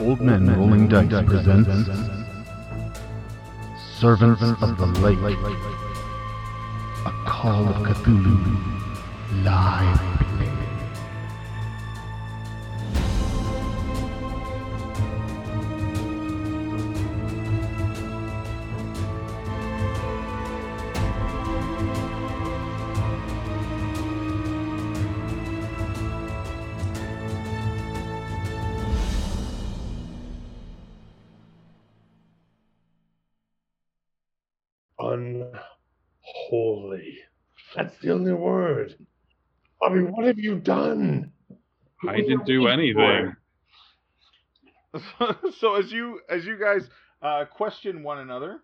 Old Men Rolling Dice presents Servants of the Lake, a Call of Cthulhu, live. unholy. That's the only word. I mean, what have you done? I didn't do anything. so as you as you guys uh, question one another,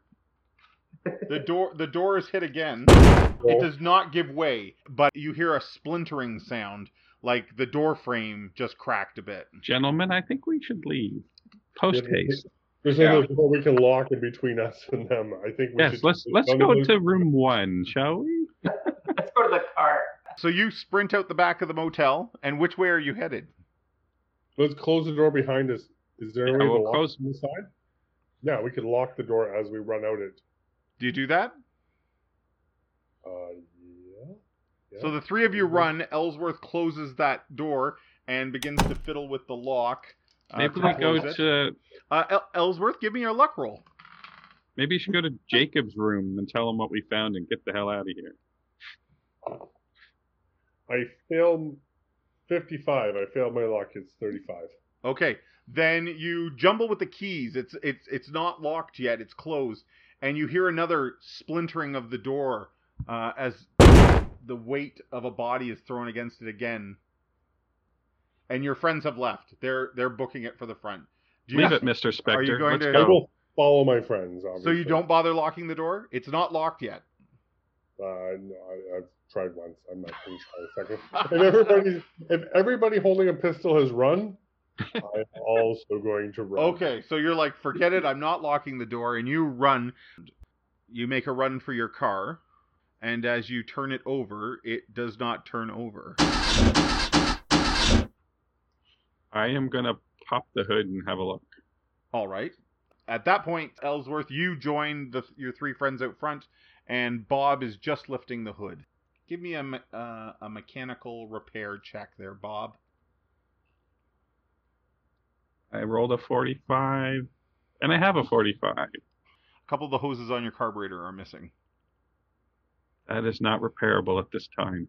the door the door is hit again. It does not give way, but you hear a splintering sound, like the door frame just cracked a bit. Gentlemen, I think we should leave. Post haste. There's Yeah. no door we can lock in between us and them. I think we Yes, should let's just let's run go those- to room one, shall we? Let's go to the car. So you sprint out the back of the motel, and which way are you headed? let's close the door behind us. Is there a Yeah, way we'll to lock close- from the side? Yeah, we could lock the door as we run out it. Do you do that? Uh, yeah. yeah. So the three of you run. Ellsworth closes that door and begins to fiddle with the lock. uh, Maybe to we go close it. to uh, El- Ellsworth. Give me your luck roll. maybe you should go to Jacob's room and tell him what we found and get the hell out of here. I failed 55. I failed my lock. It's 35. Okay. Then you jumble with the keys. It's it's it's not locked yet. It's closed, and you hear another splintering of the door uh, as the weight of a body is thrown against it again. And your friends have left. They're they're booking it for the front. Do you- Leave it, Mr. Are you Spectre. going Let's to- I go. will follow my friends. Obviously. So you don't bother locking the door. It's not locked yet. Uh, no, I, I've tried once. I'm not going to try a second. If everybody, if everybody holding a pistol has run, I'm also going to run. Okay, so you're like, forget it, I'm not locking the door, and you run. You make a run for your car, and as you turn it over, it does not turn over. I am gonna pop the hood and have a look. All right. At that point, Ellsworth, you join the, your three friends out front, and Bob is just lifting the hood. Give me a, me- uh, a mechanical repair check there, Bob. I rolled a 45, and I have a 45. A couple of the hoses on your carburetor are missing. That is not repairable at this time.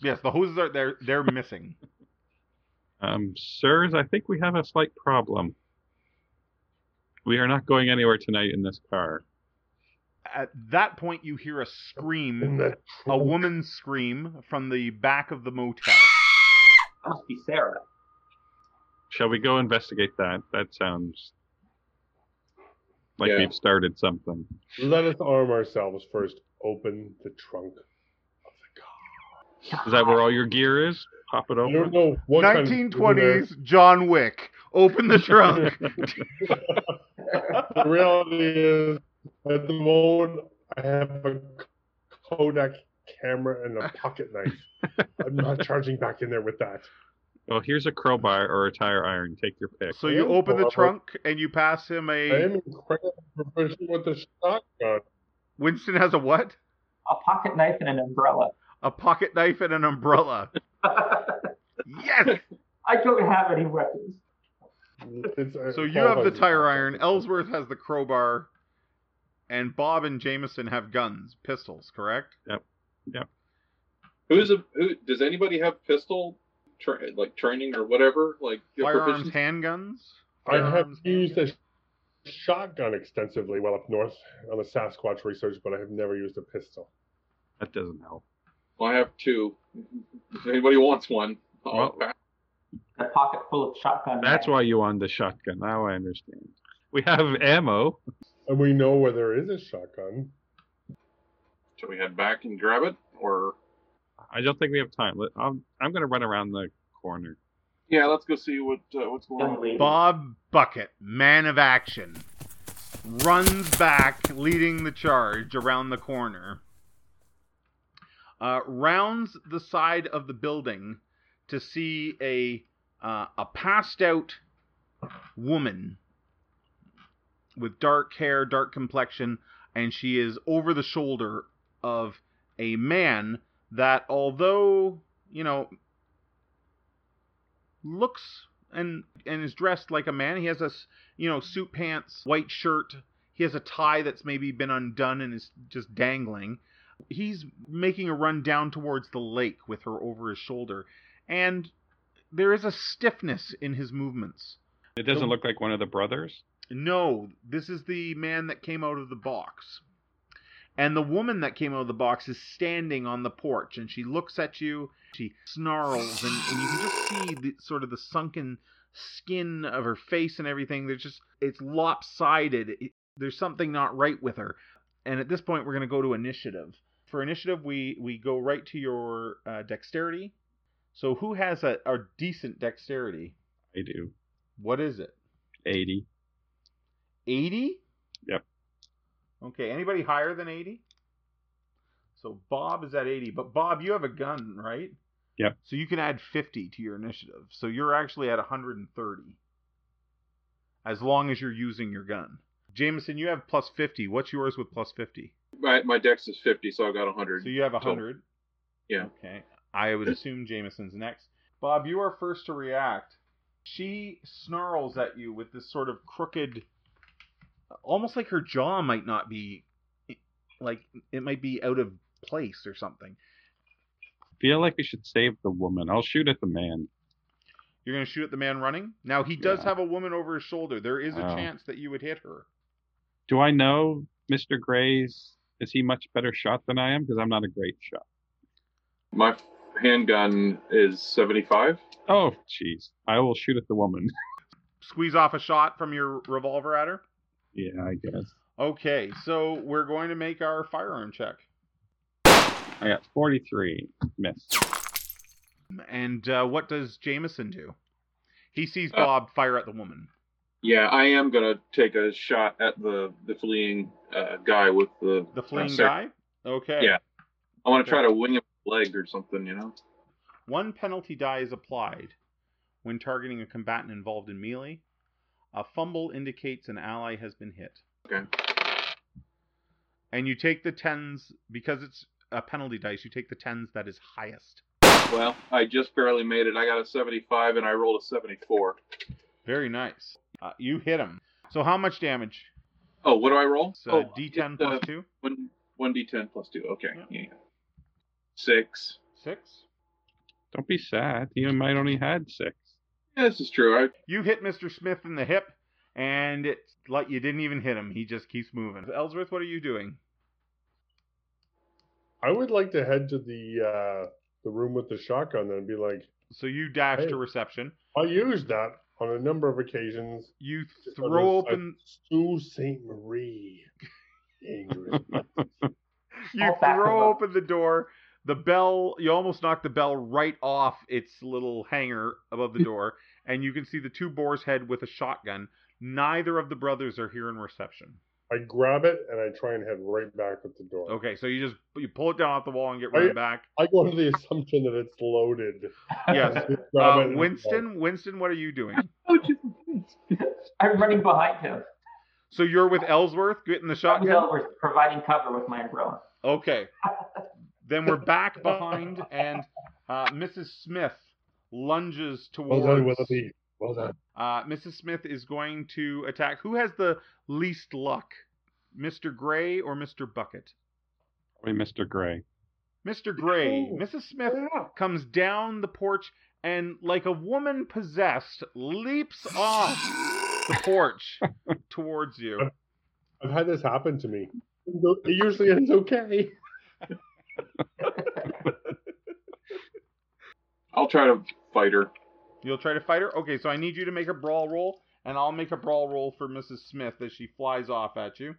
Yes, the hoses are they're they're missing. Um, sirs, I think we have a slight problem. We are not going anywhere tonight in this car. At that point, you hear a scream In the a woman's scream from the back of the motel. Must be Sarah. Shall we go investigate that? That sounds like Yeah. we've started something. Let us arm ourselves first. Open the trunk. Is that where all your gear is? Pop it I don't open. know what kind of- 1920s John Wick. Open the trunk. the reality is, at the moment, I have a Kodak camera and a pocket knife. I'm not charging back in there with that. Well, here's a crowbar or a tire iron. Take your pick. so you open the trunk and you pass him I a. am incredibly proficient with the shotgun. Winston has a what? A pocket knife and an umbrella. A pocket knife and an umbrella. I Yes. don't have any weapons. It's, uh, So you have the qualifies as tire a iron. shotgun. Ellsworth has the crowbar, and Bob and Jameson have guns, pistols. Correct. Who's a who? Does anybody have pistol, tra- like training or whatever? Like the Firearms, proficiency? handguns. I have Firearms, used handguns. a shotgun extensively while up north on the Sasquatch research, but I have never used a pistol. That doesn't help. Well, I have two. If anybody wants one, I'll Well- pass. A pocket full of shotgun. That's rounds. why you on the shotgun. Now I understand. We have ammo. And we know where there is a shotgun. Should we head back and grab it, or I don't think we have time. Let- I'm, I'm going to run around the corner. yeah, let's go see what uh, what's going Young on. lady. Bob Bucket, man of action, runs back, leading the charge around the corner. Uh, rounds the side of the building to see a uh, a passed out woman with dark hair, dark complexion, and she is over the shoulder of a man that, although, you know, looks and and is dressed like a man, he has a, s- you know, suit pants, white shirt, he has a tie that's maybe been undone and is just dangling. He's making a run down towards the lake with her over his shoulder, and there is a stiffness in his movements. It doesn't Nope. look like one of the brothers. No, this is the man that came out of the box. And the woman that came out of the box is standing on the porch and she looks at you. She snarls, and, and you can just see the, sort of the sunken skin of her face and everything. There's just, it's lopsided. It- there's something not right with her. And at this point, we're going to go to initiative. For initiative, we, we go right to your uh, dexterity. So, who has a, a decent dexterity? I do. What is it? 80. 80? Yep. Okay, anybody higher than 80? So Bob is at 80, but Bob, you have a gun, right? Yep. So you can add 50 to your initiative. So you're actually at 130 as long as you're using your gun. Jameson, you have plus 50. What's yours with plus 50? My, my dex is 50, so I've got 100. So you have 100. Yeah. Okay. I would assume Jameson's next. Bob, you are first to react. She snarls at you with this sort of crooked, almost like her jaw might not be, like it might be out of place or something. Feel like we should save the woman. I'll shoot at the man. You're gonna shoot at the man running. Now he does Yeah. have a woman over his shoulder. There is a Oh. chance that you would hit her. Do I know Mr. Gray's? Is he much better shot than I am? Because I'm not a great shot. My handgun is 75. Oh, jeez. I will shoot at the woman. Squeeze off a shot from your revolver at her. yeah, I guess. Okay, so we're going to make our firearm check. I got 43. Miss. And uh, what does Jameson do? He sees Uh, Bob fire at the woman. Yeah, I am going to take a shot at the, the fleeing uh, guy with the. The fleeing uh, sir. guy? Okay. Yeah. I want to try to wing him with the leg or something, you know? One penalty die is applied when targeting a combatant involved in melee. A fumble indicates an ally has been hit. Okay. And you take the tens, because it's a penalty dice, you take the tens that is highest. Well, I just barely made it. I got a 75 and I rolled a 74. Very nice. Uh, you hit him. So how much damage? Oh, what do I roll? So oh, D10 it's, uh, plus 2? One one d10 plus two. Okay. Yeah. Yeah. yeah. Six. 6? Don't be sad. He might only had six. Yeah, this is true. I You hit Mr. Smith in the hip, and it's like you didn't even hit him. He just keeps moving. Ellsworth, what are you doing? I would like to head to the uh, the room with the shotgun then and be like, So you dash Hey. to reception. I used that on a number of occasions. You Just throw on this, open. like, Sault Ste. Marie. Dangerous. You I'll back throw him up. open the door. The bell. You almost knock the bell right off its little hanger above the door, and you can see the two boar's head with a shotgun. Neither of the brothers are here in reception. I grab it and I try and head right back at the door. Okay, so you just you pull it down off the wall and get Are right you- back. I go under the assumption that it's loaded. Yes. Just grab it Uh, and- Winston, Winston, what are you doing? oh, Jesus. I'm running behind him. So you're with Ellsworth getting the That was shotgun. Elmer's providing cover with my umbrella. Okay. then we're back behind, and uh, Mrs. Smith lunges Well towards. done, Willoughby. Well done. Uh, Mrs. Smith is going to attack. Who has the least luck, Mr. Gray or Mr. Bucket? Probably Mr. Gray. Mr. Gray. Oh, Mrs. Smith comes down the porch and, like a woman possessed, leaps off the porch towards you. I've had this happen to me. It usually ends okay. I'll try to fight her. You'll try to fight her? Okay, so I need you to make a brawl roll, and I'll make a brawl roll for Mrs. Smith as she flies off at you.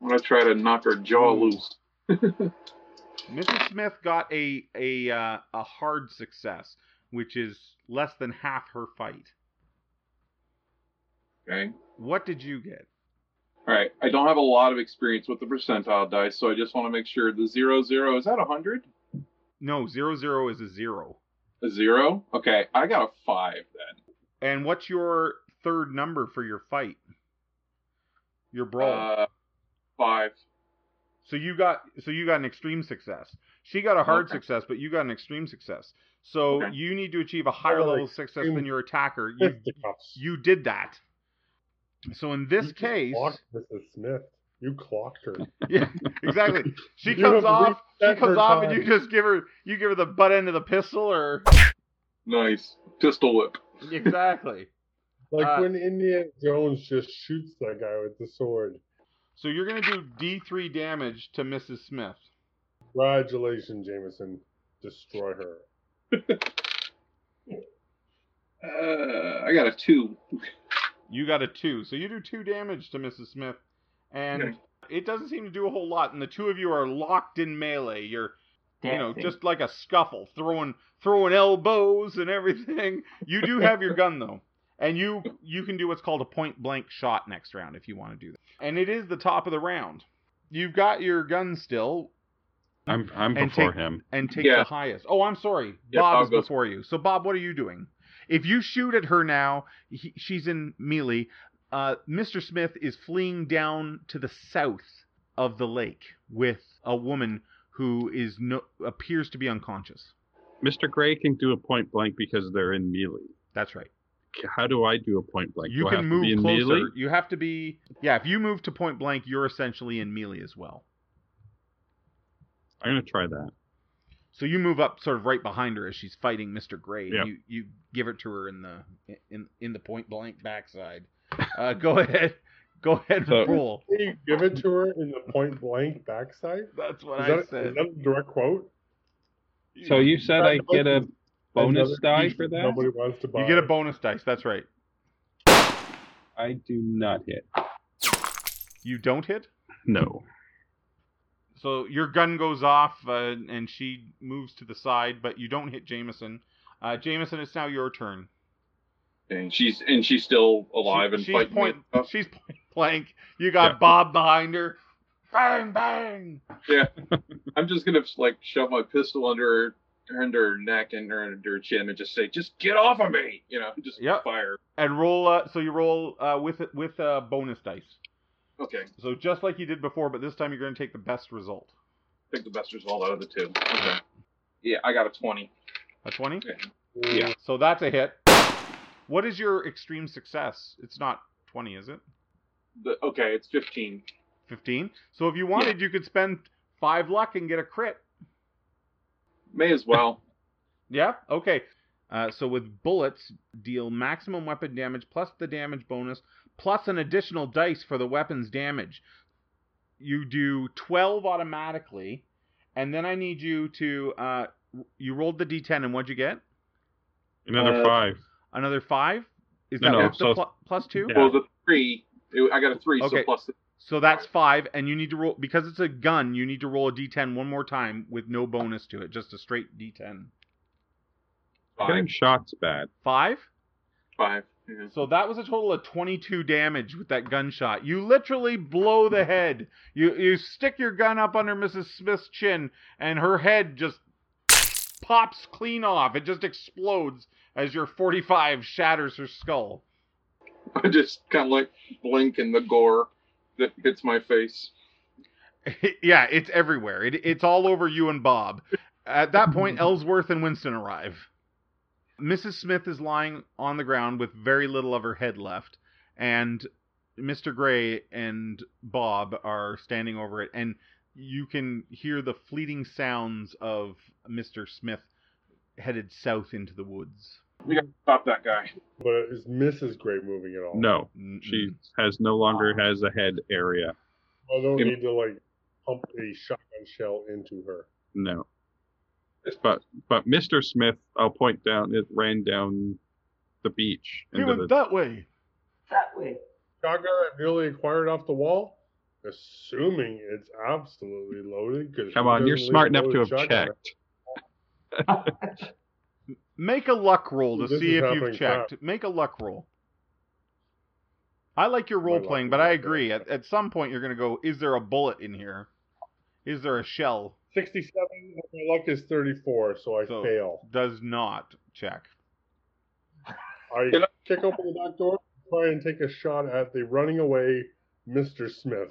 I'm gonna try to knock her jaw Hmm. loose. Mrs. Smith got a a uh, a hard success, which is less than half her fight. Okay. What did you get? All right. I don't have a lot of experience with the percentile dice, so I just want to make sure the zero zero is that a hundred? No, zero zero is a zero. A zero? Okay. I got a five then. And what's your third number for your fight? Your brawl. Uh, five. so you got so you got an extreme success. She got a hard Okay. success, but you got an extreme success. So Okay. you need to achieve a higher Oh, level of success extreme- than your attacker. You Fisticuffs. you did that. So in You this just case, clocked Mrs. Smith. You clocked her. yeah, exactly. She You comes have off. She reset comes her off, and time. you just give her. You give her the butt end of the pistol, or Nice. Pistol whip. exactly. Like Uh, when Indiana Jones just shoots that guy with the sword. So you're gonna do D3 damage to Mrs. Smith. Congratulations, Jameson. Destroy her. Uh, I got a two. You got a two, so you do two damage to Mrs. Smith, and Okay. it doesn't seem to do a whole lot. And the two of you are locked in melee. You're you know Dancing. just like a scuffle, throwing throwing elbows and everything. You do have your gun though, and you you can do what's called a point blank shot next round if you want to do that. And it is the top of the round. You've got your gun still, I'm I'm And before take- him. and take Yeah. the highest. Oh, I'm sorry. Yeah, Bob Bob is goes- before you. So, Bob, what are you doing? If you shoot at her now, he, she's in melee. Uh, Mr. Smith is fleeing down to the south of the lake with a woman who is no, appears to be unconscious. Mr. Gray can do a point blank because they're in melee. That's right. How do I do a point blank? you do I can have move to be in closer. melee? You have to be. Yeah, if you move to point blank, you're essentially in melee as well. I'm gonna try that. So you move up sort of right behind her as she's fighting Mr. Gray. Yeah. You you give it to her in the in in the point blank backside. Uh, go ahead, go ahead and So- roll. Did you give it to her in the point blank backside? Is That's what that, is that a direct quote? So you said I get a bonus Another die piece for that? Nobody wants to buy. You get a bonus dice. That's right. I do not hit. You don't hit. No. So your gun goes off uh, and she moves to the side, but you don't hit Jameson. Uh, Jameson, it's now your turn. And she's and she's still alive She- and she's fighting. point. me. She's point blank. You got Yeah. Bob behind her. Bang bang. I'm just gonna like shove my pistol under her, under her neck and her, under her chin and just say, "Just get off of me!" You know, just Yep. fire. And roll. Uh, so you roll uh, with with uh, bonus dice. Okay, So just like you did before, but this time you're going to take the best result. pick the best result out of the two. Okay. Yeah, I got a twenty. A 20? Yeah. So that's a hit. What is your extreme success? It's not 20, is it? The, okay, it's fifteen. 15. So if you wanted, you could spend 5 luck and get a crit. May as well. Yeah? Okay. Uh, so with bullets, deal maximum weapon damage plus the damage bonus plus an additional dice for the weapon's damage. You do 12 automatically, and then I need you to. Uh, you rolled the d10, and what'd you get? Another Uh, five. Another 5? Is No, that no, with the so- pl- plus 2? Yeah. Well, the three. it- I got a three. Okay. So plus. The, So that's five, and you need to roll because it's a gun. You need to roll a d10 one more time with no bonus to it, just a straight d10. Getting shots bad. Five. Five. Yeah. So that was a total of 22 damage with that gunshot. You literally blow the head. You you stick your gun up under Mrs. Smith's chin, and her head just pops clean off. It just explodes as your 45 shatters her skull. I just kind of like blink in the gore that hits my face. yeah, it's everywhere. It, it's all over you and Bob. At that point, Ellsworth and Winston arrive. Mrs. Smith is lying on the ground with very little of her head left, and Mr. Gray and Bob are standing over it, and you can hear the fleeting sounds of Mr. Smith headed south into the woods. Stop that guy. But is Mrs. Gray moving at all? No. Mm-mm. She Hmm. has no longer has a head area. I don't Im- need to like pump a shotgun shell into her. No. But but Mr. Smith, I'll point down. It ran down the beach. He into went the- that way. that way. Shotgun I merely acquired off the wall, assuming it's absolutely loaded. 'cause Come who on, you're doesn't leave smart a enough to loaded have shotgun? checked. Make a luck roll to This see is if happening you've checked. Make a luck roll. I like your role luck playing, is but I not agree. good. At, at some point, you're going to go, is there a bullet in here? Is there a shell? 67. and My luck is 34, so I So- fail. Does not check. I Can I- kick open the back door, try and take a shot at the running away Mr. Smith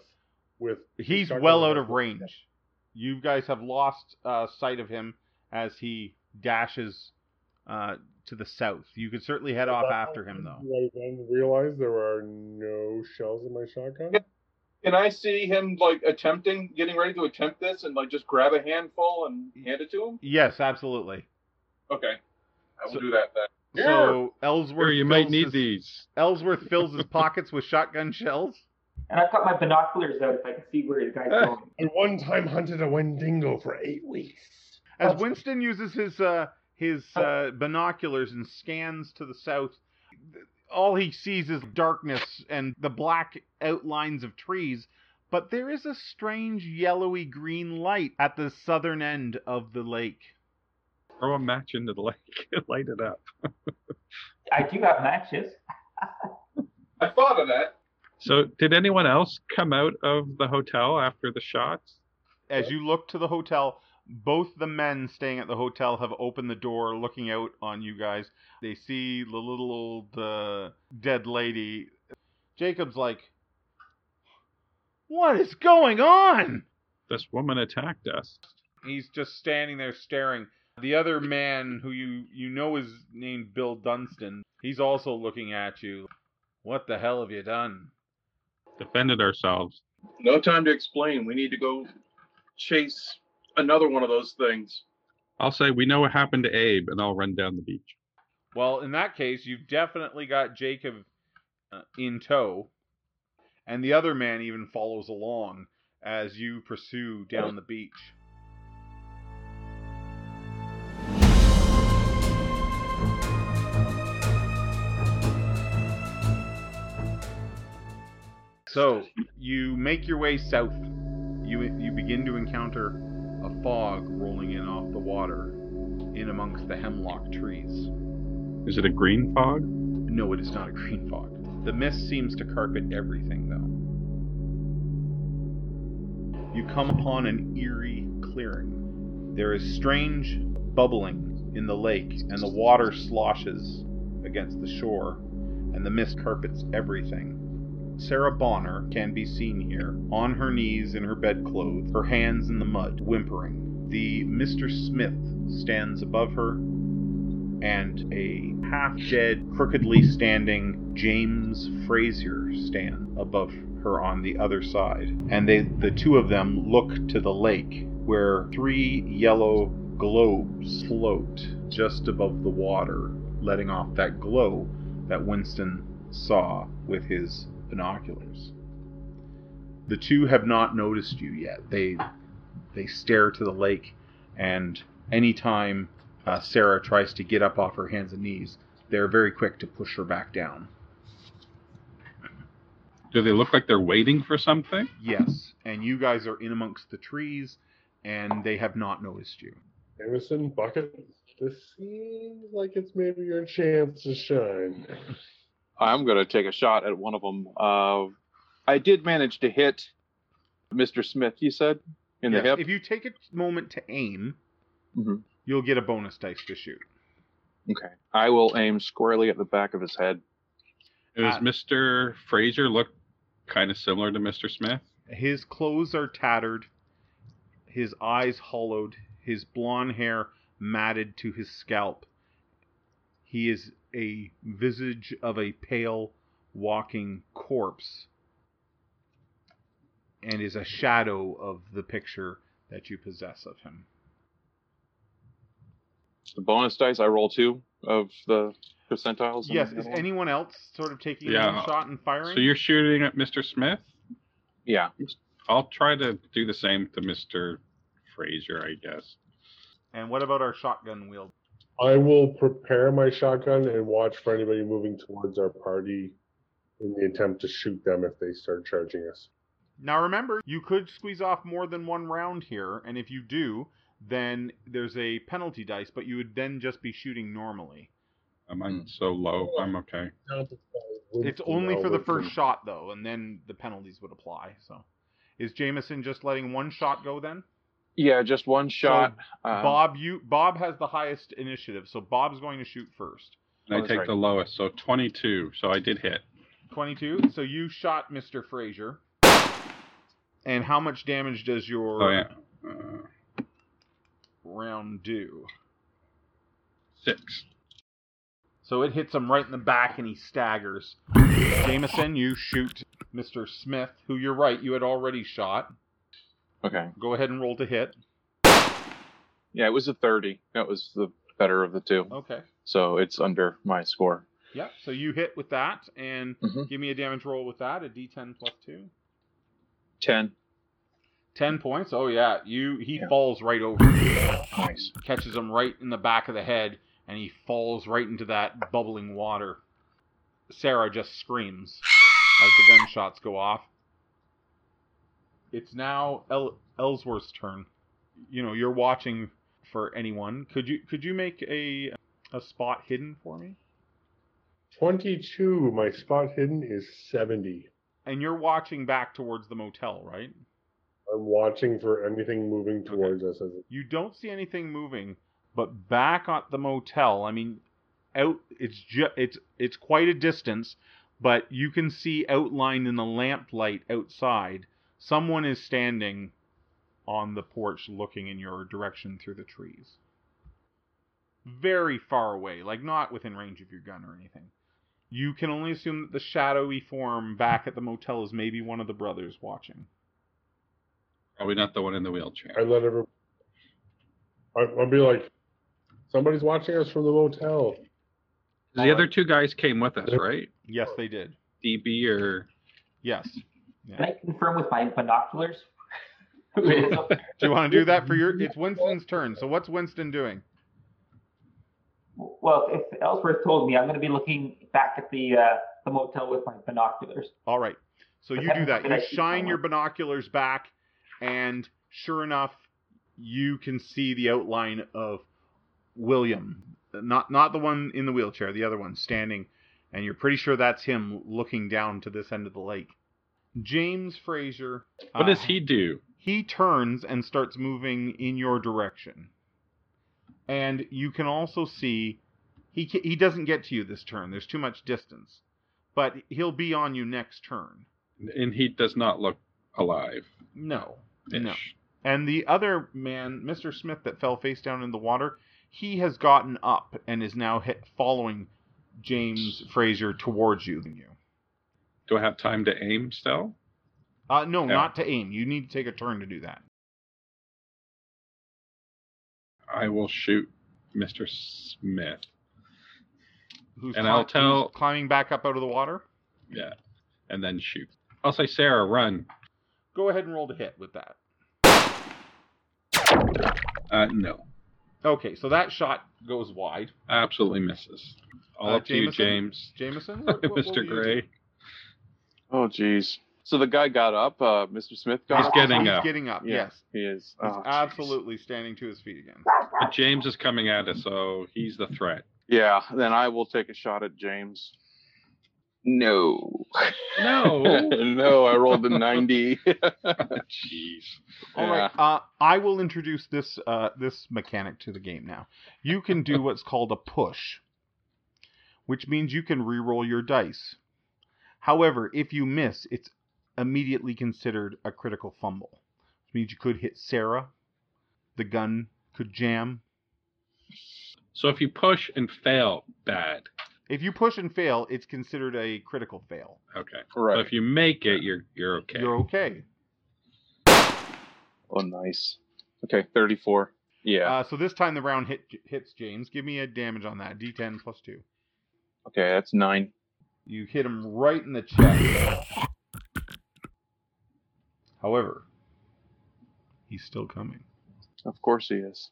with He's shotgun well out rifle. of range. You guys have lost uh, sight of him as he dashes uh, to the south. You could certainly head off But after him, though. do I then realize there are no shells in my shotgun. Yeah. Can I see him like attempting, getting ready to attempt this, and like just grab a handful and hand it to him? Yes, absolutely. Okay, I will So- do that then. So Ellsworth, Sure, you might fills need his- these. Ellsworth fills his pockets with shotgun shells. And I've got my binoculars out if I can see where the guy's going. I one time hunted a Wendigo for eight weeks. As That's- Winston uses his uh, his uh, binoculars and scans to the south, all he sees is darkness and the black outlines of trees. But there is a strange yellowy green light at the southern end of the lake. Throw a match into the lake and light it up. I do have matches. I thought of that. So, did anyone else come out of the hotel after the shots? As you look to the hotel, both the men staying at the hotel have opened the door, looking out on you guys. They see the little old uh, dead lady. Jacob's like, "What is going on?" This woman attacked us. He's just standing there staring. The other man, who you you know is named Bill Dunstan, he's also looking at you. What the hell have you done? Defended ourselves. No time to explain. We need to go chase another one of those things. I'll say we know what happened to Abe, and I'll run down the beach. Well, in that case, you've definitely got Jacob uh, in tow, and the other man even follows along as you pursue down the beach. So you make your way south. You you begin to encounter a fog rolling in off the water, in amongst the hemlock trees. Is it a green fog? No, it is not a green fog. The mist seems to carpet everything, though. You come upon an eerie clearing. There is strange bubbling in the lake, and the water sloshes against the shore, and the mist carpets everything. Sarah Bonner can be seen here, on her knees in her bedclothes, her hands in the mud, whimpering. The Mr. Smith stands above her, and a half dead, crookedly standing James Frazier stand above her on the other side. And they the two of them look to the lake where three yellow globes float just above the water, letting off that glow that Winston saw with his binoculars. The two have not noticed you yet. They they stare to the lake and anytime uh, Sarah tries to get up off her hands and knees, they're very quick to push her back down. Do they look like they're waiting for something? Yes, and you guys are in amongst the trees, and they have not noticed you. Jameson Bucket, this seems like it's maybe your chance to shine. I'm going to take a shot at one of them. Uh, I did manage to hit Mr. Smith, you said, in Yes, the hip. If you take a moment to aim, Mhm. you'll get a bonus dice to shoot. Okay. I will aim squarely at the back of his head. Does Uh, Mr. Fraser look kind of similar to Mr. Smith? His clothes are tattered, his eyes hollowed, his blonde hair matted to his scalp. He is a visage of a pale, walking corpse, and is a shadow of the picture that you possess of him. The bonus dice, I roll two of the percentiles. Yes, and- is anyone else sort of taking Yeah. a shot and firing? So you're shooting at Mr. Smith? Yeah. I'll try to do the same to Mr. Fraser, I guess. and what about our shotgun wield? I will prepare my shotgun and watch for anybody moving towards our party in the attempt to shoot them if they start charging us. Now remember, you could squeeze off more than one round here, and if you do, then there's a penalty dice, but you would then just be shooting normally. Am I Hmm. so low? I'm okay. It's only for the first shot though, and then the penalties would apply. So, is Jameson just letting one shot go then? Yeah, just one shot. Uh-huh. uh, Bob, you Bob has the highest initiative, so Bob's going to shoot first. And Oh, I that's take right. the lowest, so 22. So I did hit. 22. So you shot Mr. Fraser. And how much damage does your Oh yeah. Uh, round do? six. So it hits him right in the back and he staggers. Jameson, you shoot Mr. Smith, who you're right, you had already shot. Okay. Go ahead and roll to hit. Yeah, it was a 30. That was the better of the two. Okay. So it's under my score. Yeah, so you hit with that and Mhm. give me a damage roll with that, a d10 plus 2. 10. 10 points. Oh yeah, you he Yeah. falls right over. Nice. Catches him right in the back of the head and he falls right into that bubbling water. Sarah just screams as the gunshots go off. It's now El- Ellsworth's turn. You know, you're watching for anyone. Could you could you make a a spot hidden for me? 22. My spot hidden is 70. And you're watching back towards the motel, right? I'm watching for anything moving towards us. As You don't see anything moving, but back at the motel, I mean, out it's ju- it's it's quite a distance, but you can see outlined in the lamplight outside someone is standing on the porch looking in your direction through the trees. Very far away, like not within range of your gun or anything. You can only assume that the shadowy form back at the motel is maybe one of the brothers watching. Probably not the one in the I wheelchair. let everyone. I'll be like, somebody's watching us from the motel. The other two guys came with us, right? Yes, they did. DB or Yes. Can I confirm with my binoculars? well, Do you want to do that for your? It's Winston's turn. So what's Winston doing? if if Ellsworth told me, I'm going to be looking back at the uh, the motel with my binoculars. All right. So you do that. You shine your binoculars back, and sure enough, you can see the outline of William, not not the one in the wheelchair, the other one standing, and you're pretty sure that's him looking down to this end of the lake. James Fraser. what uh, does he do? he turns and starts moving in your direction. And you can also see he ca- he doesn't get to you this turn. There's too much distance. But he'll be on you next turn. And he does not look alive. No. No. And the other man, Mr. Smith that fell face down in the water, he has gotten up and is now hit following James Fraser towards you. Do I have time to aim still? Uh, no, Yeah. not to aim. You need to take a turn to do that. I will shoot Mr. Smith. Who's And I'll who's tell- climbing back up out of the water. Yeah. And then shoot. I'll say, Sarah, run. Go ahead and roll to hit with that. Uh, no. Okay, so that shot goes wide. Absolutely misses. All Uh, up to you, Jameson? James. Jameson, what- what- what were Mr. you Gray. doing? Oh, jeez. So the guy got up. Uh, Mr. Smith got He's up. getting he's up. getting up. Yeah. Yes, He is. he's Oh, jeez. absolutely standing to his feet again. But James is coming at us, so he's the threat. Yeah, then I will take a shot at James. No. No. no, I rolled a 90. Jeez. All right, uh, I will introduce this uh, this mechanic to the game now. You can do what's called a push, which means you can re-roll your dice. However, if you miss, it's immediately considered a critical fumble, which means you could hit Sarah, the gun could jam. So if you push and fail, bad. If you push and fail, it's considered a critical fail. Okay. So Right. if you make it, you're you're okay. You're okay. Oh, nice. Okay, 34. Yeah. Uh, so this time the round hit hits James. Give me a damage on that. D10 plus two. Uh, okay, that's 9. You hit him right in the chest. However, he's still coming. Of course he is.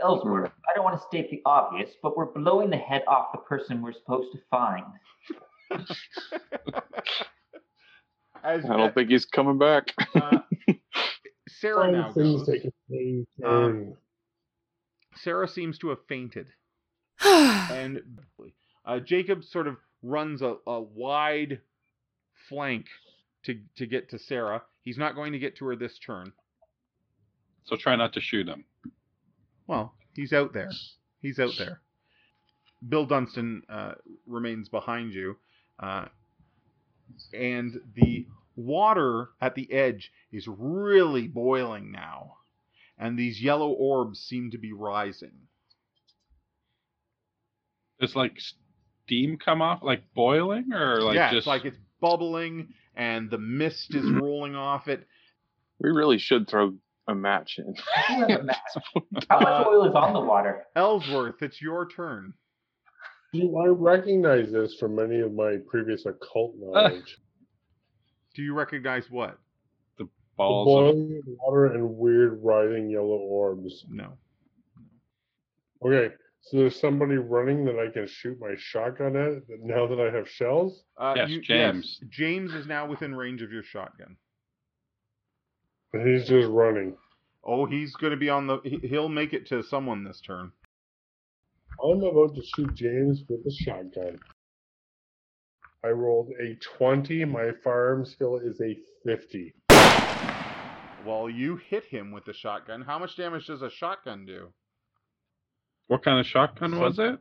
Ellsworth, I don't want to state the obvious, but we're blowing the head off the person we're supposed to find. As I don't think he's coming back. uh, Sarah now All things goes. take a strange Um, turn. Sarah seems to have fainted, and uh, Jacob sort of runs a, a wide flank to to get to Sarah. He's not going to get to her this turn. So try not to shoot him. Well, he's out there. He's out there. Bill Dunstan uh, remains behind you, Uh, and the water at the edge is really boiling now, and these yellow orbs seem to be rising. Does like steam come off, like boiling, or like yeah, just it's like it's bubbling, and the mist is rolling off it. We really should throw a match in. You have a match. How much oil is on the water? Ellsworth, it's your turn. Do I recognize this from any of my previous occult knowledge? Do you recognize what? The balls? Of, boiling water and weird rising yellow orbs. No. Okay, so there's somebody running that I can shoot my shotgun at that- now that I have shells. Uh, Yes, James. yes, James is now within range of your shotgun. And he's just running. Oh, he's going to be on the. he- He'll make it to someone this turn. I'm about to shoot James with a shotgun. I rolled a 20. My firearm skill is a 50. Well, you hit him with the shotgun. How much damage does a shotgun do? what kind of shotgun was it?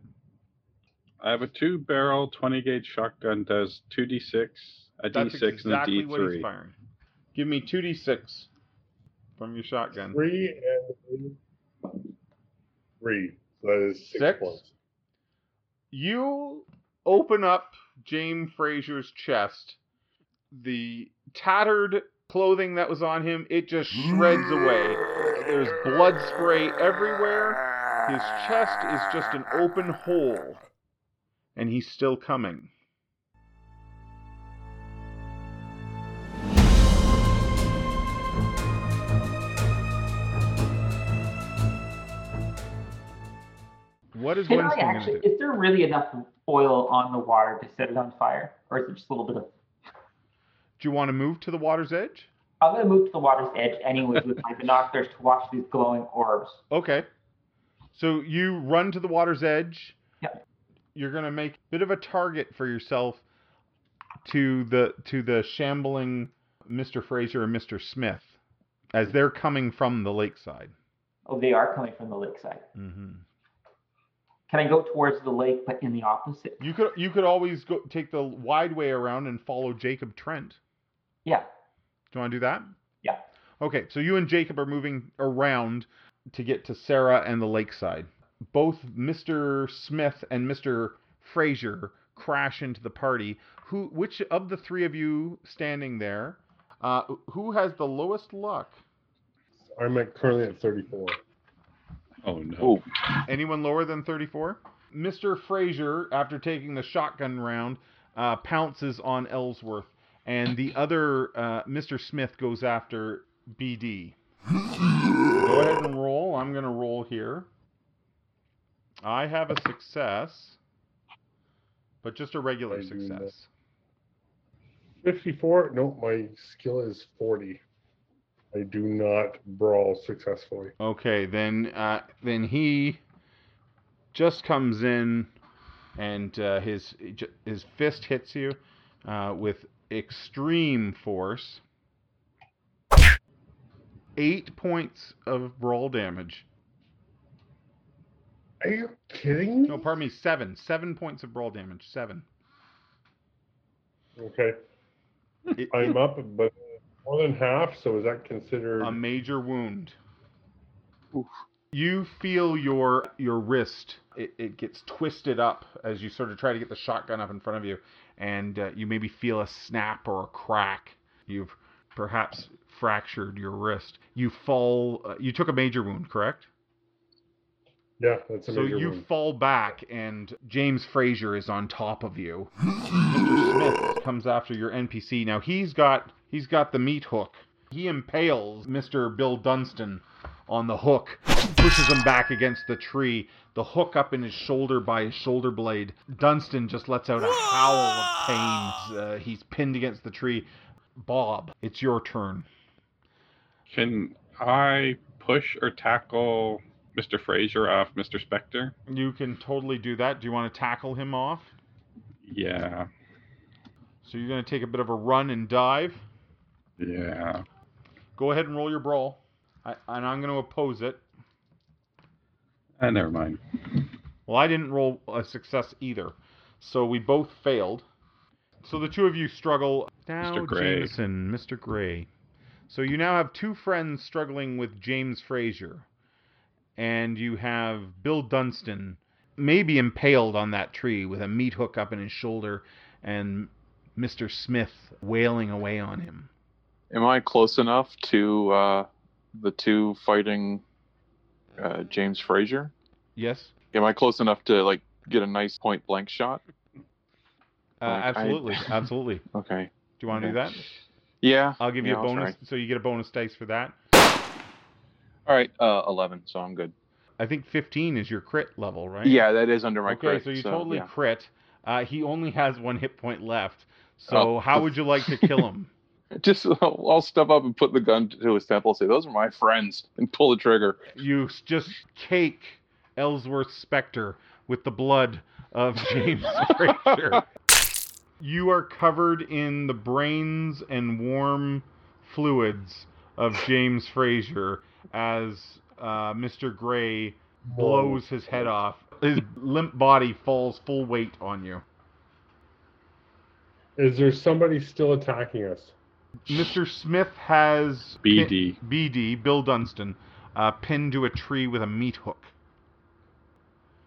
I have a two barrel, 20 gauge shotgun, does 2d6, a That's D6, exactly and a what he's d3. firing. Give me 2d6 from your shotgun. Three and three. So that is six, Six? points. You open up James Fraser's chest. The tattered clothing that was on him, it just shreds away. There's blood spray everywhere. His chest is just an open hole. And he's still coming. What is Can I Winston going to actually? do? Is there really enough oil on the water to set it on fire, or is it just a little bit of? Do you want to move to the water's edge? I'm gonna move to the water's edge anyways with my binoculars to watch these glowing orbs. Okay. So you run to the water's edge. Yep. You're gonna make a bit of a target for yourself to the to the shambling Mr. Fraser and Mr. Smith as they're coming from the lakeside. Oh, they are coming from the lakeside. Mm-hmm. Can I go towards the lake, but in the opposite? You could you could always go take the wide way around and follow Jacob Trent. Yeah. Do you want to do that? Yeah. Okay, so you and Jacob are moving around to get to Sarah and the lakeside. Both Mr. Smith and Mr. Frazier crash into the party. Who? Which of the three of you standing there? Uh, who has the lowest luck? I'm at currently at 34. Oh, no. Oh, Anyone lower than 34? Mr. Frazier, after taking the shotgun round, uh, pounces on Ellsworth, and the other uh, Mr. Smith goes after BD. Go ahead and roll. I'm going to roll here. I have a success, but just a regular I do not. success. 54? Nope, my skill is 40. I do not brawl successfully. Okay, then uh, then he just comes in, and uh, his his fist hits you uh, with extreme force. Eight points of brawl damage. Are you kidding me? No, pardon me, seven. Seven points of brawl damage. Seven. Okay. It- I'm up, but more than half, so is that considered a major wound. Oof. You feel your your wrist. It, it gets twisted up as you sort of try to get the shotgun up in front of you, and uh, you maybe feel a snap or a crack. You've perhaps fractured your wrist. You fall. Uh, you took a major wound, correct? Yeah, that's a So major you wound. fall back, and James Fraser is on top of you. Mr. Smith comes after your NPC. Now he's got he's got the meat hook. He impales Mr. Bill Dunstan on the hook, pushes him back against the tree. The hook up in his shoulder by his shoulder blade. Dunstan just lets out a howl of pain. Uh, he's pinned against the tree. Bob, it's your turn. Can I push or tackle Mr. Fraser off Mr. Spectre? You can totally do that. Do you want to tackle him off? Yeah, So you're going to take a bit of a run and dive. yeah. Go ahead and roll your brawl. I, and I'm going to oppose it. Uh, never mind. Well, I didn't roll a success either. So we both failed. So the two of you struggle. Now, Mr. Gray. Jameson, Mr. Gray. So you now have two friends struggling with James Frazier, and you have Bill Dunstan, maybe impaled on that tree with a meat hook up in his shoulder, and Mr. Smith wailing away on him. Am I close enough to uh, the two fighting uh, James Frazier? Yes, Am I close enough to like get a nice point blank shot? uh, Like, I- absolutely, absolutely. Do Okay. you want to do that? Yeah. I'll give you Yeah, a I'll bonus, so you get a bonus dice for that. All right. Uh, eleven. So I'm good. I think 15 is your crit level, right? Yeah, that is under my okay, crit, so you totally yeah. crit. Uh, he only has one hit point left. So Oh. how would you like to kill him? Just I'll, I'll step up and put the gun to his temple. and Say, "Those are my friends," and pull the trigger. you s- just cake Ellsworth Spectre with the blood of James Frazier. You are covered in the brains and warm fluids of James Frazier as uh, Mr. Gray blows his head off. His limp body falls full weight on you. Is there somebody still attacking us? Mr. Smith has pin- BD. BD Bill Dunstan uh, pinned to a tree with a meat hook.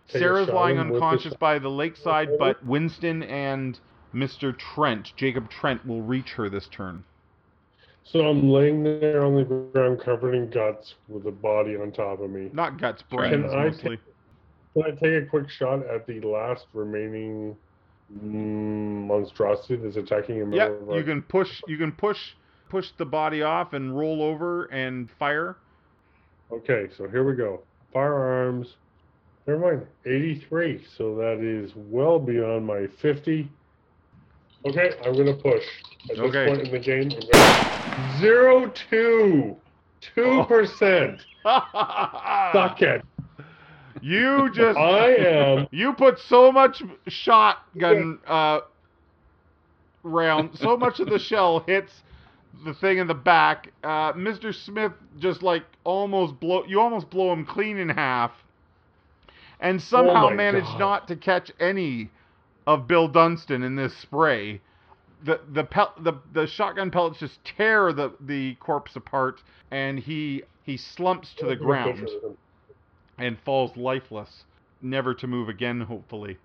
Take a Sarah's shot lying and whip the unconscious shot. by the lakeside, but Winston and Mr. Trent, Jacob Trent, will reach her this turn. So I'm laying there on the ground covered in guts with a body on top of me. Not guts, Can brains I mostly. Can I take a quick shot at the last remaining mm, monstrosity that's attacking him? Yeah, you can push. You can push. Push the body off and roll over and fire. Okay, so here we go. Firearms. Never mind. 83. So that is well beyond my 50. Okay, I'm going to push. At Okay. this point in the game, I'm gonna... zero two. Oh. Two percent. Suck it. you just. I am. You put so much shotgun uh, round, so much of the shell hits the thing in the back. Uh, Mr. Smith just like almost blow, you almost blow him clean in half, and somehow Oh my manage God. not to catch any of Bill Dunstan in this spray. The the pel- the the shotgun pellets just tear the the corpse apart, and he he slumps to the ground and falls lifeless, never to move again, hopefully.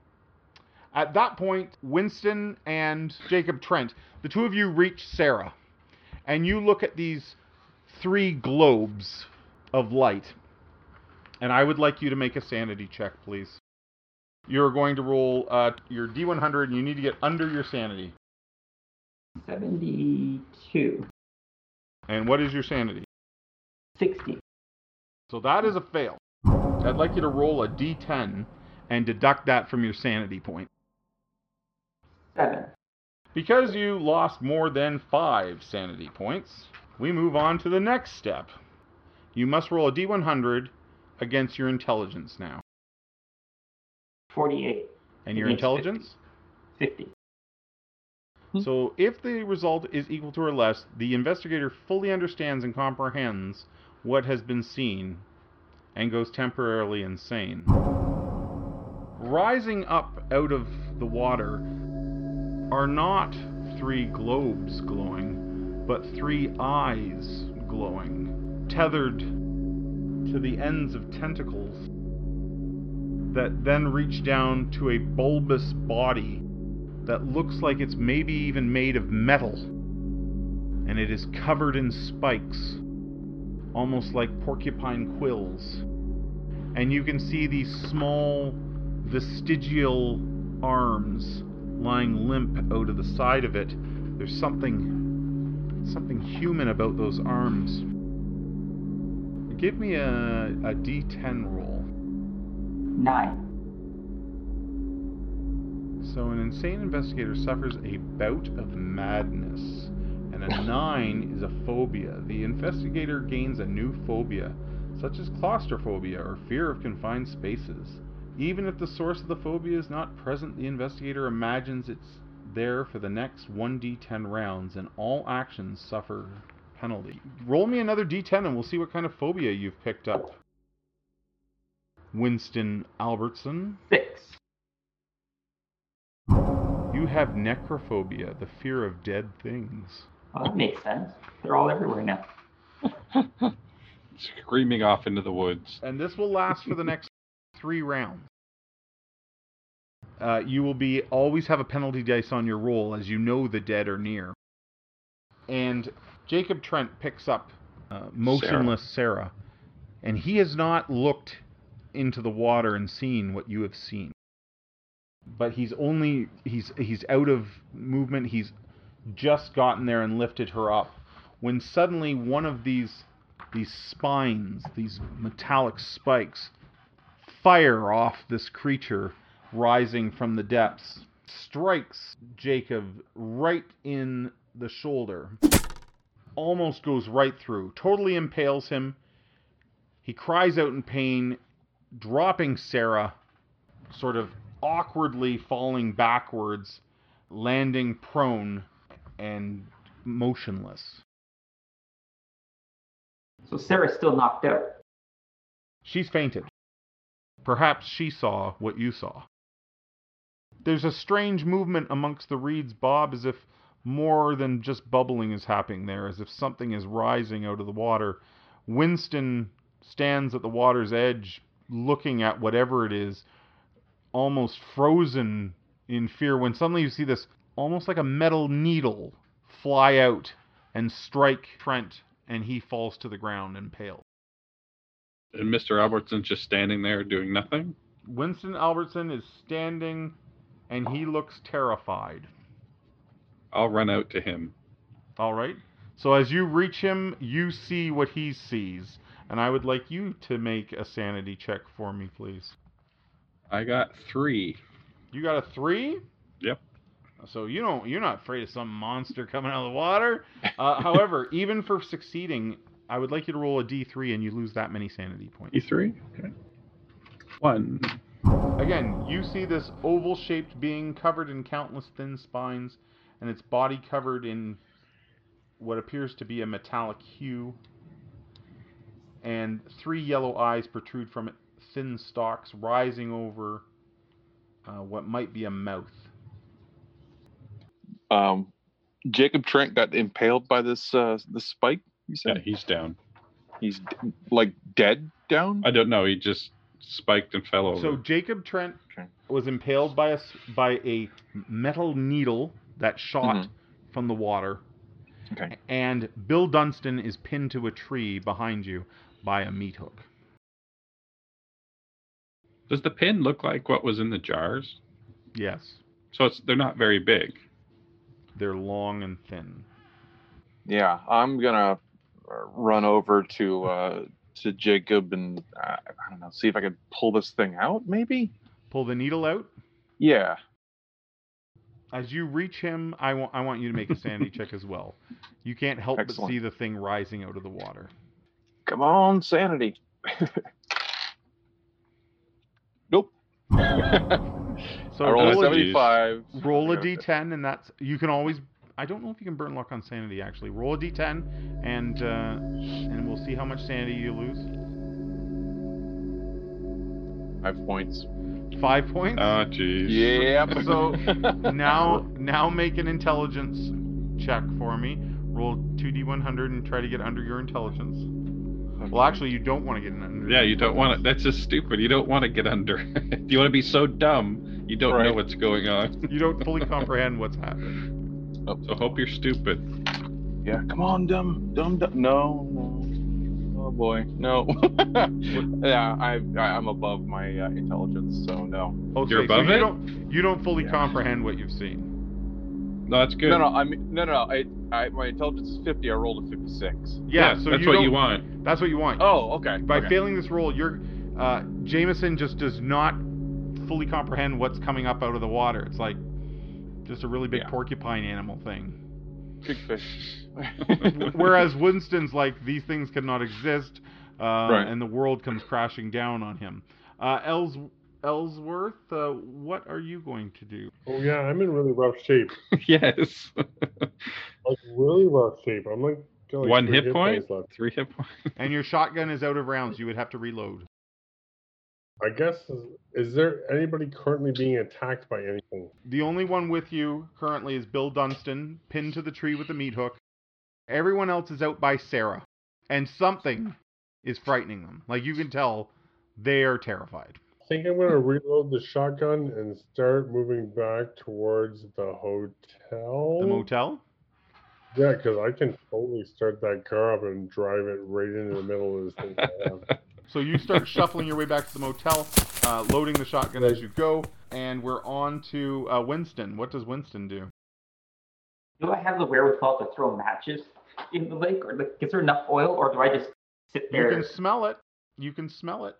At that point, Winston and Jacob Trent, the two of you reach Sarah, and you look at these three globes of light. And I would like you to make a sanity check, please. You're going to roll uh, your D100, and you need to get under your sanity. 72. And what is your sanity? 60. So that is a fail. I'd like you to roll a D10 and deduct that from your sanity point. 7. Because you lost more than five sanity points, we move on to the next step. You must roll a d100 against your intelligence now. 48. And your Against intelligence? 50. So, if the result is equal to or less, the investigator fully understands and comprehends what has been seen and goes temporarily insane. Rising up out of the water are not three globes glowing, but three eyes glowing, tethered to the ends of tentacles that then reach down to a bulbous body that looks like it's maybe even made of metal. And it is covered in spikes, almost like porcupine quills. And you can see these small vestigial arms lying limp out of the side of it. There's something something human about those arms. Give me a, a d10 roll. 9. So an insane investigator suffers a bout of madness, and a nine is a phobia. The investigator gains a new phobia, such as claustrophobia or fear of confined spaces. Even if the source of the phobia is not present, the investigator imagines it's there for the next 1d10 rounds, and all actions suffer penalty. Roll me another d10 and we'll see what kind of phobia you've picked up. Winston Albertson, 6. you you have necrophobia, the fear of dead things. Well, Oh, that makes sense. They're all everywhere now. Screaming off into the woods. And this will last for the next three rounds. Uh, you will be always have a penalty dice on your roll as you know the dead are near. And Jacob Trent picks up uh, motionless Sarah. and he has not looked into the water and seen what you have seen. But he's only he's he's out of movement. He's just gotten there and lifted her up when suddenly one of these these spines, these metallic spikes, fire off this creature rising from the depths, strikes Jacob right in the shoulder, almost goes right through, totally impales him. He cries out in pain, dropping Sarah, sort of awkwardly falling backwards, landing prone and motionless. So Sarah's still knocked out. She's fainted. Perhaps she saw what you saw. There's a strange movement amongst the reeds, Bob, as if more than just bubbling is happening there, as if something is rising out of the water. Winston stands at the water's edge, looking at whatever it is, almost frozen in fear, when suddenly you see this almost like a metal needle fly out and strike Trent, and he falls to the ground and pales. And Mr. Albertson's just standing there doing nothing. Winston Albertson is standing and he looks terrified. I'll run out to him. All right. So as you reach him, you see what he sees. And I would like you to make a sanity check for me, please. I got three. You got a three? Yep. So you don't you're not afraid of some monster coming out of the water. Uh, however, even for succeeding, I would like you to roll a D3 and you lose that many sanity points. You E three? Okay. One. Again, you see this oval shaped being covered in countless thin spines and its body covered in what appears to be a metallic hue. And three yellow eyes protrude from it, thin stalks rising over uh, what might be a mouth. Um, Jacob Trent got impaled by this uh, this spike. You Yeah, said he's down. he's d- like dead down. I don't know. He just spiked and fell over. So Jacob Trent Okay. was impaled by a s- by a metal needle that shot Mhm. from the water. Okay. And Bill Dunstan is pinned to a tree behind you by a meat hook. Does the pin look like what was in the jars? Yes, So it's they're not very big. they're long and thin. Yeah, I'm gonna uh, run over to uh, to Jacob and uh, I don't know, see if I could pull this thing out. Maybe. Pull the needle out. Yeah. As you reach him, I want I want you to make a sanity check as well. You can't help but Excellent. see the thing rising out of the water. Come on, sanity. nope. So I rolled a roll a, seventy. 75. roll a Okay. d10, and that's you can always. I don't know if you can burn luck on sanity actually. Roll a d10, and uh, and we'll see how much sanity you lose. Five points. Five points. Oh, jeez. Yeah. So, now now make an intelligence check for me. Roll two d100 and try to get under your intelligence. Well, actually, you don't want to get under. Yeah, you don't want to. That's just stupid. You don't want to get under. it. you want to be so dumb you don't know Right. what's going on. You don't fully comprehend what's happening. So hope you're stupid. Yeah, come on, dumb, dumb, dumb. No, no. Oh boy, no. yeah, I, I, I'm above my uh, intelligence, so no. Oh, You're so above you it? Don't, you don't fully Yeah. comprehend what you've seen. No, that's good. No, no, I'm no, no. I, I, my intelligence is 50. I rolled a 56. Yeah, so that's you what don't, you want. That's what you want. Oh, okay. By okay. failing this roll, you're uh, Jameson just does not fully comprehend what's coming up out of the water. It's like just a really big Yeah. porcupine animal thing. big fish. Whereas Winston's like these things cannot exist, uh, Right. and the world comes crashing down on him. Uh, Els- Ellsworth, uh, what are you going to do? Oh yeah, I'm in really rough shape. yes. Like really rough shape. I'm like, got, like One three hit point? points left. Three hit points. And your shotgun is out of rounds. You would have to reload. I guess is, is there anybody currently being attacked by anything? The only one with you currently is Bill Dunstan, pinned to the tree with a meat hook. Everyone else is out by Sarah, and something is frightening them. Like you can tell, they are terrified. I think I'm gonna reload the shotgun and start moving back towards the hotel. The motel. yeah, because I can totally start that car up and drive it right into the middle of this thing. I have. So you start shuffling your way back to the motel, uh, loading the shotgun as you go, and we're on to uh, Winston. What does Winston do? Do I have the wherewithal to throw matches in the lake, or like, is there enough oil, or do I just sit You there? can smell it. You can smell it.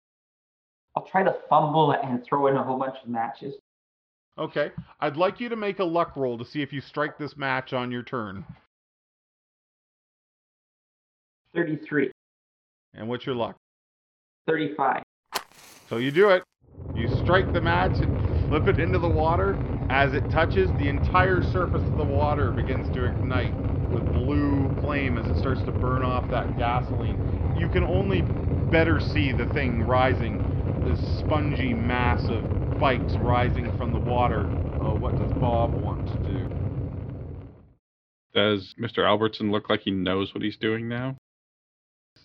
I'll try to fumble and throw in a whole bunch of matches. Okay. I'd like you to make a luck roll to see if you strike this match on your turn. Thirty-three, And what's your luck? thirty-five. So you do it. You strike the match and flip it into the water. As it touches, the entire surface of the water begins to ignite with blue flame as it starts to burn off that gasoline. You can only better see the thing rising, this spongy mass of spikes rising from the water. Oh, what does Bob want to do? Does Mr. Albertson look like he knows what he's doing now?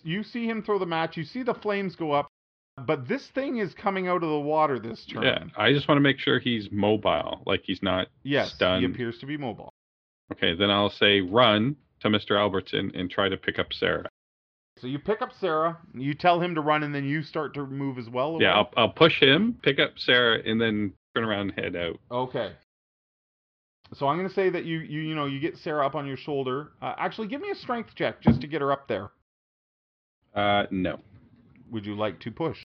you see him throw the match. You see the flames go up, but this thing is coming out of the water this turn. Yeah. I just want to make sure he's mobile, like he's not Yes, stunned. he appears to be mobile. Okay, then I'll say run to Mr. Albertson and try to pick up Sarah. So you pick up Sarah. You tell him to run, and then you start to move as well. away? Yeah, I'll, I'll push him, pick up Sarah, and then turn around and head out. Okay. So I'm gonna say that you you you know you get Sarah up on your shoulder. Uh, actually, give me a strength check just to get her up there. Uh, no. Would you like to push?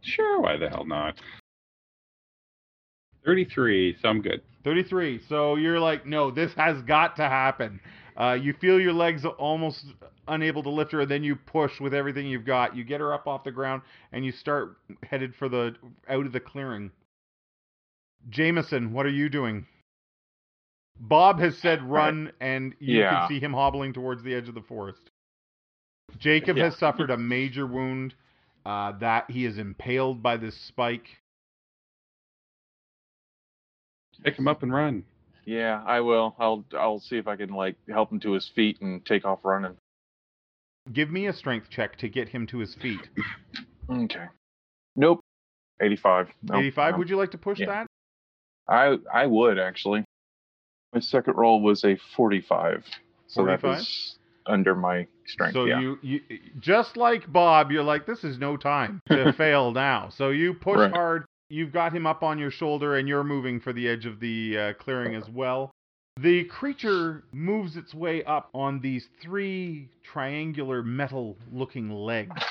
Sure, why the hell not? 33, so I'm good. 33. So you're like, no, this has got to happen. Uh, you feel your legs almost unable to lift her, and then you push with everything you've got. You get her up off the ground, and you start headed for the out of the clearing. Jameson, what are you doing? Bob has said run, and you Uh, Yeah. can see him hobbling towards the edge of the forest. Jacob Yeah. has suffered a major wound uh, that he is impaled by this spike. Pick him up and run. Yeah, I will. I'll I'll see if I can like help him to his feet and take off running. Give me a strength check to get him to his feet. Okay. Nope. Eighty-five. Nope. 85. No. Would you like to push Yeah. that? I I would actually. My second roll was a forty-five, so that 45? was under my strength. so yeah. you, you just like Bob, you're like, this is no time to fail now. So you push Right. hard. You've got him up on your shoulder, and you're moving for the edge of the uh, clearing as well. The creature moves its way up on these three triangular metal-looking legs.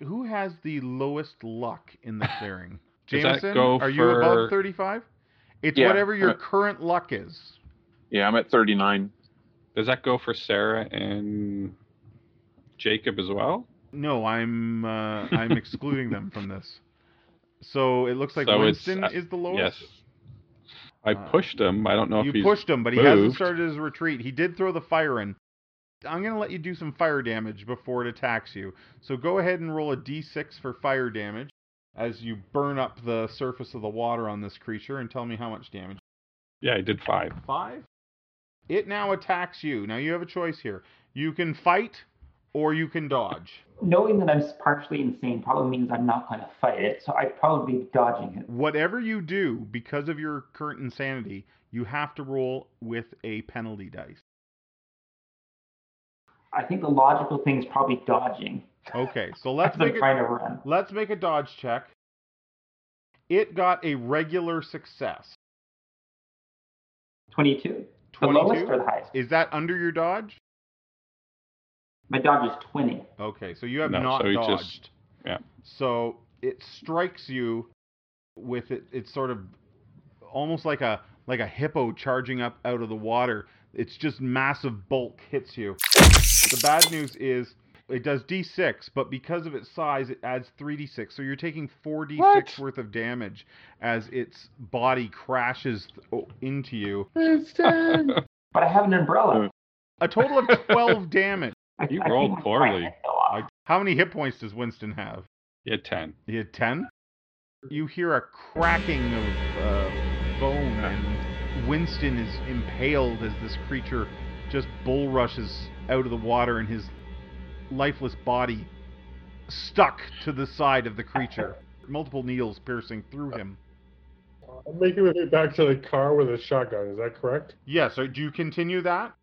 Who has the lowest luck in the clearing? Does that Jameson, go are you above for- 35? It's Yeah, Uh, whatever your I'm at- current luck is. yeah, I'm at thirty-nine. Does that go for Sarah and Jacob as well? No, I'm uh, I'm excluding them from this. So it looks like So it's, Winston uh, is the lowest. Yes. I Uh, pushed him. I don't know if you he's pushed him, but he hasn't moved. started his retreat. He did throw the fire in. I'm gonna let you do some fire damage before it attacks you. So go ahead and roll a d6 for fire damage as you burn up the surface of the water on this creature, and tell me how much damage. Yeah, I did five. Five. It now attacks you. Now you have a choice here. You can fight, or you can dodge. Knowing that I'm partially insane probably means I'm not going to fight it, so I'd probably be dodging it. Whatever you do, because of your current insanity, you have to roll with a penalty dice. I think the logical thing is probably dodging. Okay, so let's as I'm make a, trying to run. let's make a dodge check. It got a regular success. 22? The lowest or Twenty-two. the highest? Is that under your dodge? My dodge is 20. Okay, so you have No, not so he just- dodged. yeah. So it strikes you with it. It's sort of almost like a like a hippo charging up out of the water. It's just massive bulk hits you. The bad news is it does d6, but because of its size, it adds 3d6. So you're taking 4d6 What? worth of damage as its body crashes th- into you. But I have an umbrella. A total of 12 damage. I- You Hmm. I think rolled my poorly. flag fell off. How many hit points does Winston have? Yeah, ten. You had 10? You hear a cracking of uh, bone, and Winston is impaled as this creature just bull rushes out of the water and his lifeless body stuck to the side of the creature. Multiple needles piercing through him. I'm making my way back to the car with a shotgun. Is that correct? Yeah, so do you continue that?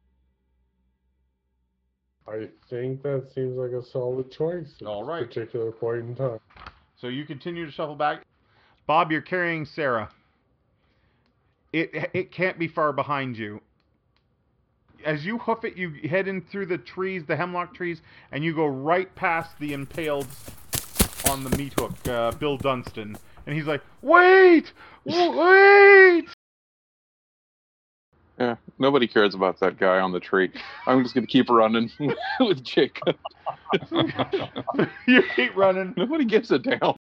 I think that seems like a solid choice. at All this right. Particular point in time. So you continue to shuffle back. Bob, you're carrying Sarah. It it can't be far behind you. As you hoof it, you head in through the trees, the hemlock trees, and you go right past the impaled on the meat hook, uh, Bill Dunstan, and he's like, "Wait, wait!" Yeah, nobody cares about that guy on the tree. I'm just gonna keep running with Jacob. you keep running. Nobody gives a damn.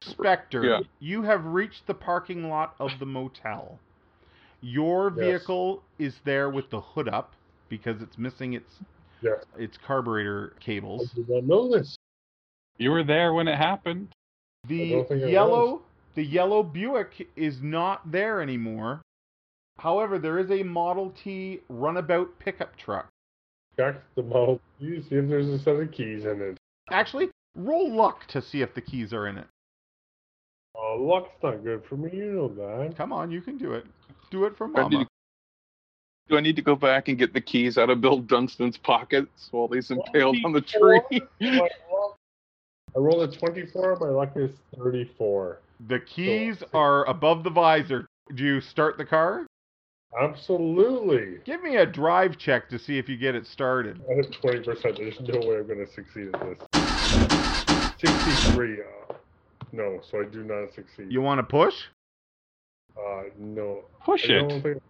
Spectre, Yeah. you have reached the parking lot of the motel. Your Yes. vehicle is there with the hood up because it's missing its Yes. its carburetor I cables. did not know this. You were there when it happened. The don't think I yellow the yellow Buick is not there anymore. However, there is a Model T runabout pickup truck. Check the model. You see if there's a set of keys in it. Actually, roll luck to see if the keys are in it. Oh, luck's not good for me. You know that. Come on, you can do it. Do it for I need mama. to- Do I need to go back and get the keys out of Bill Dunstan's pockets while he's impaled on the tree? My luck- I rolled a 24. My luck is 34. The keys are above the visor. Do you start the car? Absolutely. Give me a drive check to see if you get it started. I have 20%. There's no way I'm going to succeed at this. 63. Uh, no, so I do not succeed. You want to push? Uh, no. Push I don't it. think...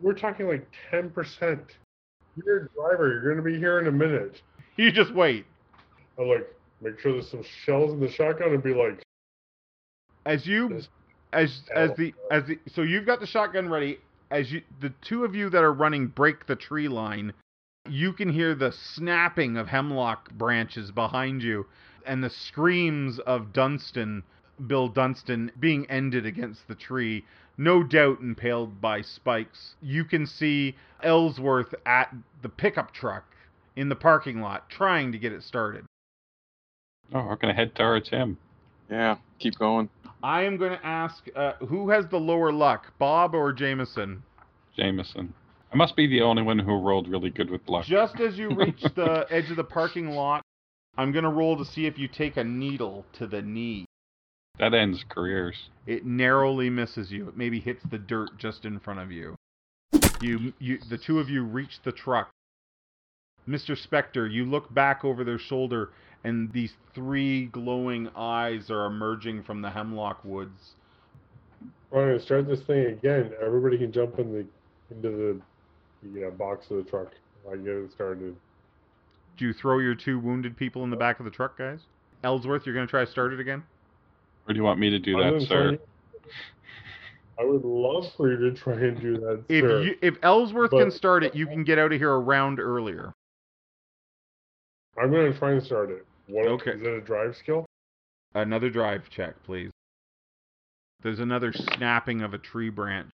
We're talking like 10%. You're a driver. You're going to be here in a minute. You just wait. I'll like make sure there's some shells in the shotgun and be like, As you Just- as as Oh. the as the so you've got the shotgun ready. As you the two of you that are running break the tree line, you can hear the snapping of hemlock branches behind you and the screams of Dunstan, Bill Dunstan being ended against the tree, no doubt impaled by spikes. You can see Ellsworth at the pickup truck in the parking lot trying to get it started. Oh, we're gonna head towards him. Yeah, keep going. I am going to ask uh, who has the lower luck, Bob or Jameson? Jameson. I must be the only one who rolled really good with luck. Just as you reach the edge of the parking lot, I'm going to roll to see if you take a needle to the knee. That ends careers. It narrowly misses you. It maybe hits the dirt just in front of you. You, you the two of you reach the truck. Mr. Spectre, you look back over their shoulder, and these three glowing eyes are emerging from the hemlock woods. "We're going to start this thing again. Everybody can jump in the into the you know box of the truck. I get it started. Do you throw your two wounded people in the back of the truck, guys? Ellsworth, you're going to try to start it again? Or do you want me to do I'm that, gonna sir? try- I would love for you to try and do that, If sir. you, if Ellsworth can But- start it, you can get out of here a round earlier. I'm going to try and start it. What is Okay. it a drive skill? Another drive check, please. There's another snapping of a tree branch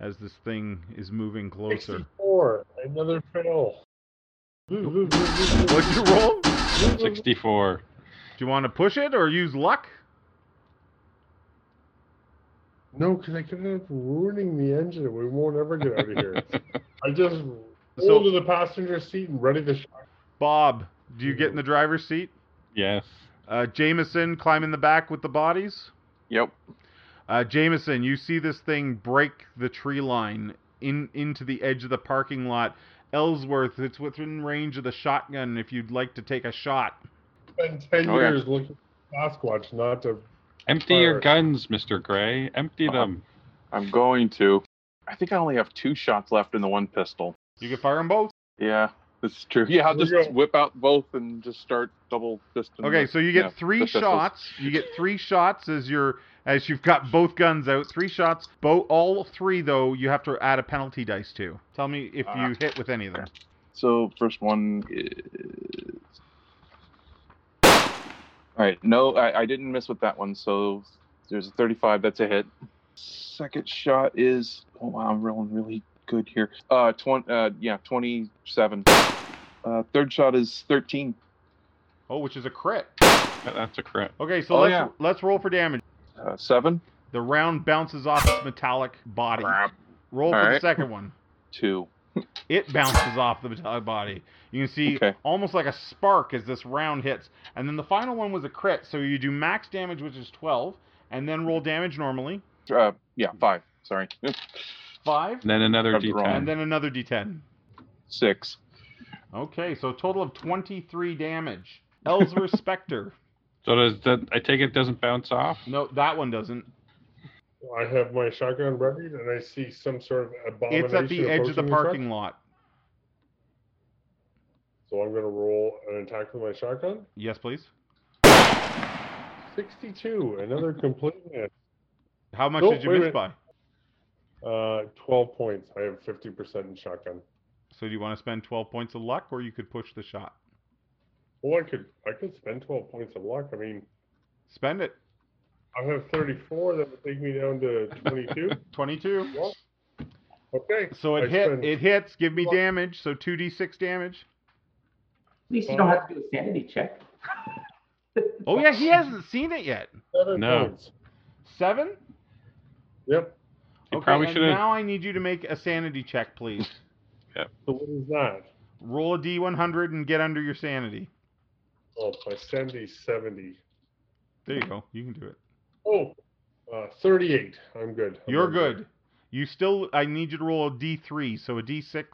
as this thing is moving closer. 64. Another fail. What'd you roll? Do Sixty-four. you want to push it or use luck? No, because I could end up ruining the engine. We won't ever get out of here. I just So- rolled to the passenger seat and ready the shot. Bob, do you get in the driver's seat? Yes. Uh, Jameson, climb in the back with the bodies. Yep. Uh, Jameson, you see this thing break the tree line in into the edge of the parking lot. Ellsworth, it's within range of the shotgun if you'd like to take a shot. Spend 10 Oh, Okay. years looking at Sasquatch not to. Empty your Fire. guns, Mr. Gray. Empty them. I'm going to. I think I only have two shots left in the one pistol. You can fire them both. Yeah, that's true. Yeah, I'll Here we just go. whip out both and just start double fisting. Okay, the- so you get yeah, three the pistols. shots. You get three shots as you're as you've got both guns out. Three shots. Bo- all three, though, you have to add a penalty dice to. Tell me if you Ah. hit with any of them. So first one is. All right. No, I, I didn't miss with that one. So there's a 35. That's a hit. Second shot is. Oh wow, I'm rolling really good here. Uh, 20. Uh, yeah, 27. Uh, third shot is 13. Oh, which is a crit. That- That's a crit. Okay, so Oh, let's yeah. let's roll for damage. Uh, seven. The round bounces off its metallic body. Crap. Roll All for the right. second one. Two. It bounces off the metallic body. You can see Okay. almost like a spark as this round hits. And then the final one was a crit, so you do max damage, which is 12, and then roll damage normally, Uh, yeah, five. Sorry. 5, And then another Rubbed wrong. and D10. then another d10. Six. Okay, so a total of 23 damage. Elsewhere Spectre. So does that? I take it doesn't bounce off. No, that one doesn't. I have my shotgun ready, and I see some sort of abomination. It's at the edge of the approaching parking truck. lot. So I'm going to roll an attack with my shotgun. Yes, please. 62, another complete miss. How much Nope, did you wait a miss minute. by? Uh, 12 points. I have 50% in shotgun. So do you want to spend 12 points of luck, or you could push the shot? Well, I could I could spend 12 points of luck. I mean, Spend it. I have 34. That would take me down to 22. 22. Well, okay. So it I hit. spend- It hits. Give me Well- damage. So 2d6 damage. least you don't have to do a sanity check. Oh yeah, he hasn't seen it yet. Seven No. points. Seven. Yep. You okay. probably and should've- now I need you to make a sanity check, please. So what is that? Roll a d100 and get under your sanity. Oh, my sanity 70. There you go. You can do it. Oh, uh, 38. I'm good. I'm You're on good. You still. I need you to roll a d3. So a d6.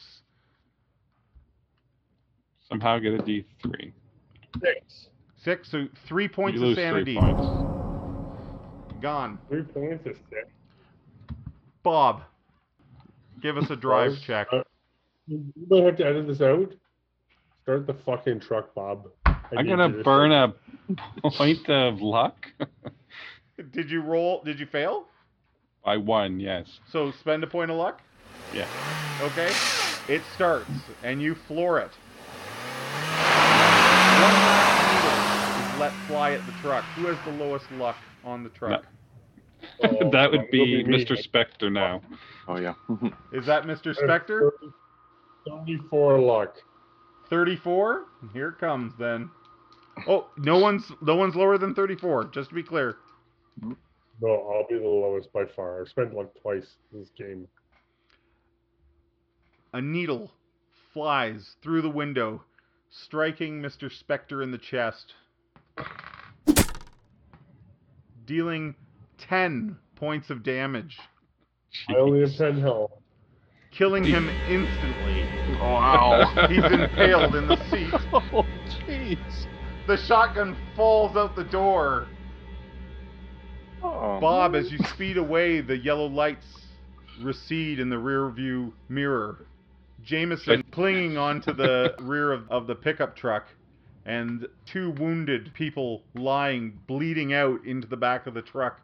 Somehow get a D3. Six. Six. So three points you of lose sanity three points. gone. Three points is six. Bob, give us a drive Five. check. Uh, You don't have to edit this out. Start the fucking truck, Bob. I I'm need gonna you to- burn a point of luck Did you roll? Did you fail? by one. Yes. So spend a point of luck. Yeah. Okay. It starts and you floor it. One last needle is let fly at the truck. Who has the lowest luck on the truck? Oh, that it'll would be me. Mr. Spectre now. Oh yeah. Is that Mr. Spectre? 34 luck. 34? Here it comes then. Oh, no one's no one's lower than 34, just to be clear. No, I'll be the lowest by far. I've spent luck twice this game. A needle flies through the window, striking Mr. Spectre in the chest, dealing 10 points of damage, I only have 10 health. killing him instantly. Wow. He's impaled in the seat. Oh, jeez. The shotgun falls out the door. Um, Oh. Bob, as you speed away, the yellow lights recede in the rearview mirror. Jameson clinging onto the rear of, of the pickup truck, and two wounded people lying, bleeding out into the back of the truck.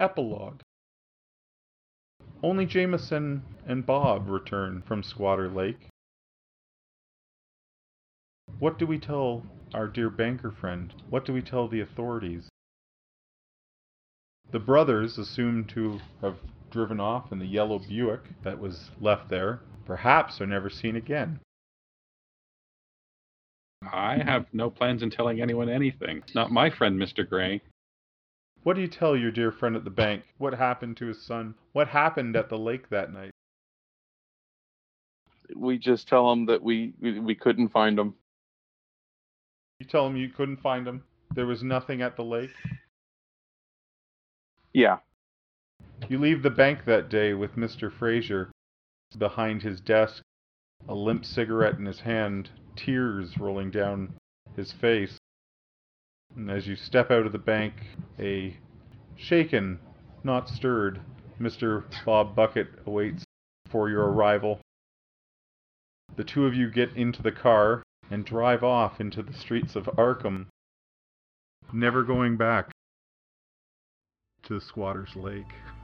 Epilogue. Only Jameson and Bob return from Squatter Lake. What do we tell our dear banker friend? What do we tell the authorities? The brothers, assumed to have driven off in the yellow Buick that was left there, perhaps are never seen again. I have no plans in telling anyone anything. It's not my friend, Mr. Gray. What do you tell your dear friend at the bank? What happened to his son? What happened at the lake that night? We just tell him that we we, we couldn't find him. You tell him you couldn't find him. There was nothing at the lake. Yeah. You leave the bank that day with Mr. Fraser behind his desk, a limp cigarette in his hand, tears rolling down his face. And as you step out of the bank, a shaken, not stirred, Mr. Bob Bucket awaits for your arrival. The two of you get into the car and drive off into the streets of Arkham, never going back to the squatter's lake.